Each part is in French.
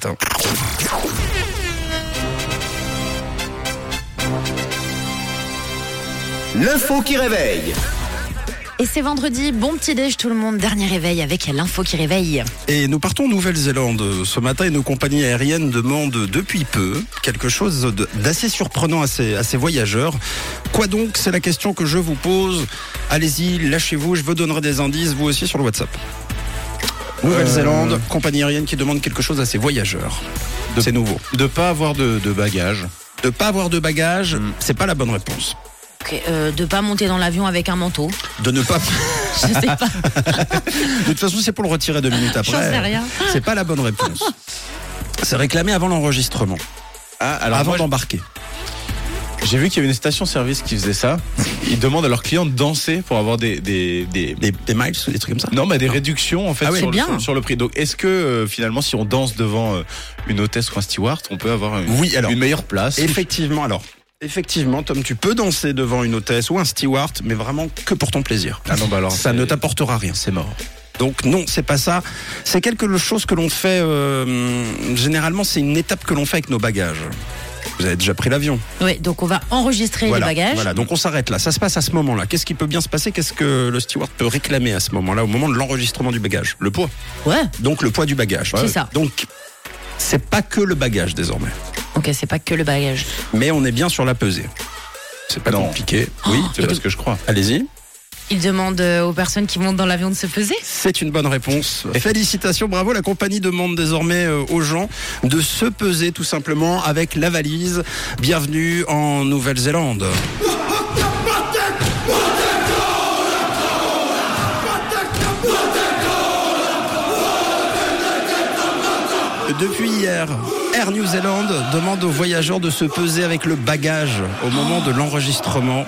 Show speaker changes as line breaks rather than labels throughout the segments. Attends.
L'info qui réveille.
Et c'est vendredi, bon petit déj tout le monde, dernier réveil avec l'info qui réveille.
Et nous partons en Nouvelle-Zélande ce matin et nos compagnies aériennes demandent depuis peu quelque chose de- d'assez surprenant à ces, à ces voyageurs. Quoi donc C'est la question que je vous pose. Allez-y, lâchez-vous, je vous donnerai des indices, vous aussi sur le WhatsApp. Nouvelle-Zélande, compagnie aérienne qui demande quelque chose à ses voyageurs.
De-
C'est nouveau.
De pas avoir de, de bagages.
De pas avoir de bagages, c'est pas la bonne réponse.
Ok, euh, de pas monter dans l'avion avec un manteau,
De ne pas.
je sais pas,
De toute façon, c'est pour le retirer deux minutes après.
j'en sais rien.
C'est pas la bonne réponse. C'est réclamé avant l'enregistrement,
Ah, alors
avant
moi,
d'embarquer.
j'ai vu qu'il y avait une station-service qui faisait ça. Ils demandent à leurs clients de danser pour avoir des, des, des-
Des, des miles, des trucs comme ça.
non, bah, des réductions en fait
Ah oui.
C'est
sur, le,
bien.
sur- sur le prix. Donc, est-ce que euh, finalement, si on danse devant euh, une hôtesse ou un steward, on peut avoir une,
Oui, alors.
une meilleure place
Effectivement, alors. Effectivement, Tom, tu peux danser devant une hôtesse ou un steward, mais vraiment que pour ton plaisir.
Ah non, bah alors,
ça
c'est-
ne t'apportera rien.
C'est mort.
Donc non, c'est pas ça. C'est quelque chose que l'on fait. euh, généralement, c'est une étape que l'on fait avec nos bagages. Vous avez déjà pris l'avion.
Ouais, donc on va enregistrer
Voilà,
les bagages.
voilà. Donc on s'arrête là. Ça se passe à ce moment-là. Qu'est-ce qui peut bien se passer Qu'est-ce que le steward peut réclamer à ce moment-là, au moment de l'enregistrement du bagage Le poids.
Ouais,
Donc le poids du bagage.
C'est ça.
Donc c'est pas que le bagage désormais,
ok, c'est pas que le bagage.
mais on est bien sur la pesée. C'est pas
Non.
compliqué.
Oui,
Ah, et
c'est
donc-
ce que je crois.
Allez-y.
Ils demandent euh, aux personnes qui montent dans l'avion de se peser.
C'est une bonne réponse. Et félicitations, bravo. La compagnie demande désormais euh, aux gens de se peser tout simplement avec la valise. Bienvenue en Nouvelle-Zélande. Depuis hier, Air New Zealand demande aux voyageurs de se peser avec le bagage au moment de l'enregistrement.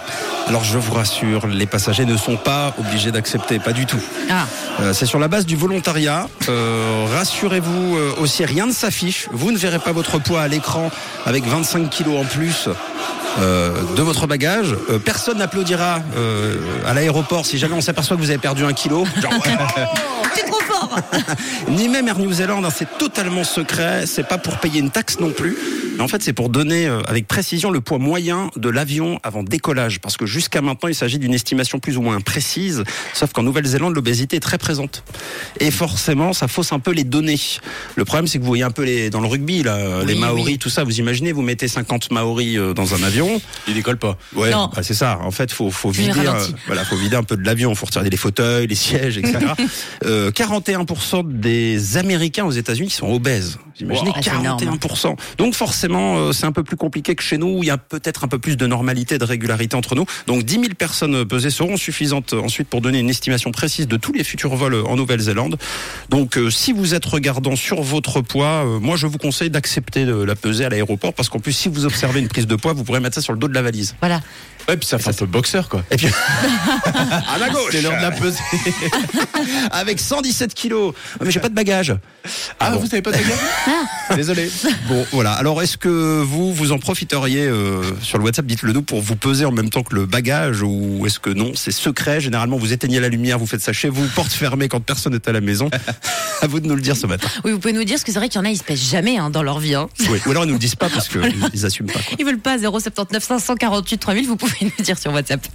Alors je vous rassure, les passagers ne sont pas obligés d'accepter, pas du tout.
Ah,
Euh, c'est sur la base du volontariat. Euh, Rassurez-vous euh, aussi, rien ne s'affiche. Vous ne verrez pas votre poids à l'écran avec 25 kilos en plus. euh, de votre bagage, Euh, personne n'applaudira euh, à l'aéroport si jamais on s'aperçoit que vous avez perdu un kilo. Genre, ouais.
c'est trop fort
Ni même Air New Zealand, hein, c'est totalement secret. C'est pas pour payer une taxe non plus. Mais en fait, c'est pour donner euh, avec précision le poids moyen de l'avion avant décollage, parce que jusqu'à maintenant, il s'agit d'une estimation plus ou moins précise. Sauf qu'en Nouvelle-Zélande, l'obésité est très présente, et forcément, ça fausse un peu les données. Le problème, c'est que vous voyez un peu les dans le rugby, là, euh, les
Oui,
Maoris,
oui.
tout ça. Vous imaginez, vous mettez 50 Maoris euh, dans un avion.
Ils décollent pas.
Ouais,
Non.
bah, c'est ça. En fait, faut faut
Tu les
vider,
ralentis.
euh, voilà, faut vider un peu de l'avion, faut retirer les fauteuils, les sièges, etc. euh, 41% des Américains aux États-Unis qui sont obèses. Vous imaginez
Wow. Ah, c'est
41%. Donc forcément, euh, c'est un peu plus compliqué que chez nous. où Il y a peut-être un peu plus de normalité, de régularité entre nous. Donc 10 000 personnes pesées seront suffisantes euh, ensuite pour donner une estimation précise de tous les futurs vols euh, en Nouvelle-Zélande. Donc euh, si vous êtes regardant sur votre poids, euh, moi je vous conseille d'accepter euh, la pesée à l'aéroport parce qu'en plus si vous observez une prise de poids, vous pourrez mettre ça sur le dos de la valise.
Voilà,
Ouais, puis ça fait un peu boxeur quoi.
Et puis. à la gauche
C'est l'heure de la pesée.
Avec 117 kilos Ah, Mais j'ai pas de bagage
Ah,
bon.
vous savez pas de bagages Désolé.
Bon, voilà. Alors, est-ce que vous, vous en profiteriez euh, sur le WhatsApp Dites-le nous pour vous peser en même temps que le bagage ou est-ce que non C'est secret. Généralement, vous éteignez la lumière, vous faites ça chez vous, porte fermée quand personne n'est à la maison. à vous de nous le dire ce matin.
oui, vous pouvez nous dire, parce que c'est vrai qu'il y en a, ils se pèsent jamais hein, dans leur vie. hein.
Oui. Ou alors, ils nous le disent pas parce qu'ils ils assument pas. quoi.
Ils veulent pas 079 548 3000, vous pouvez nous dire sur WhatsApp.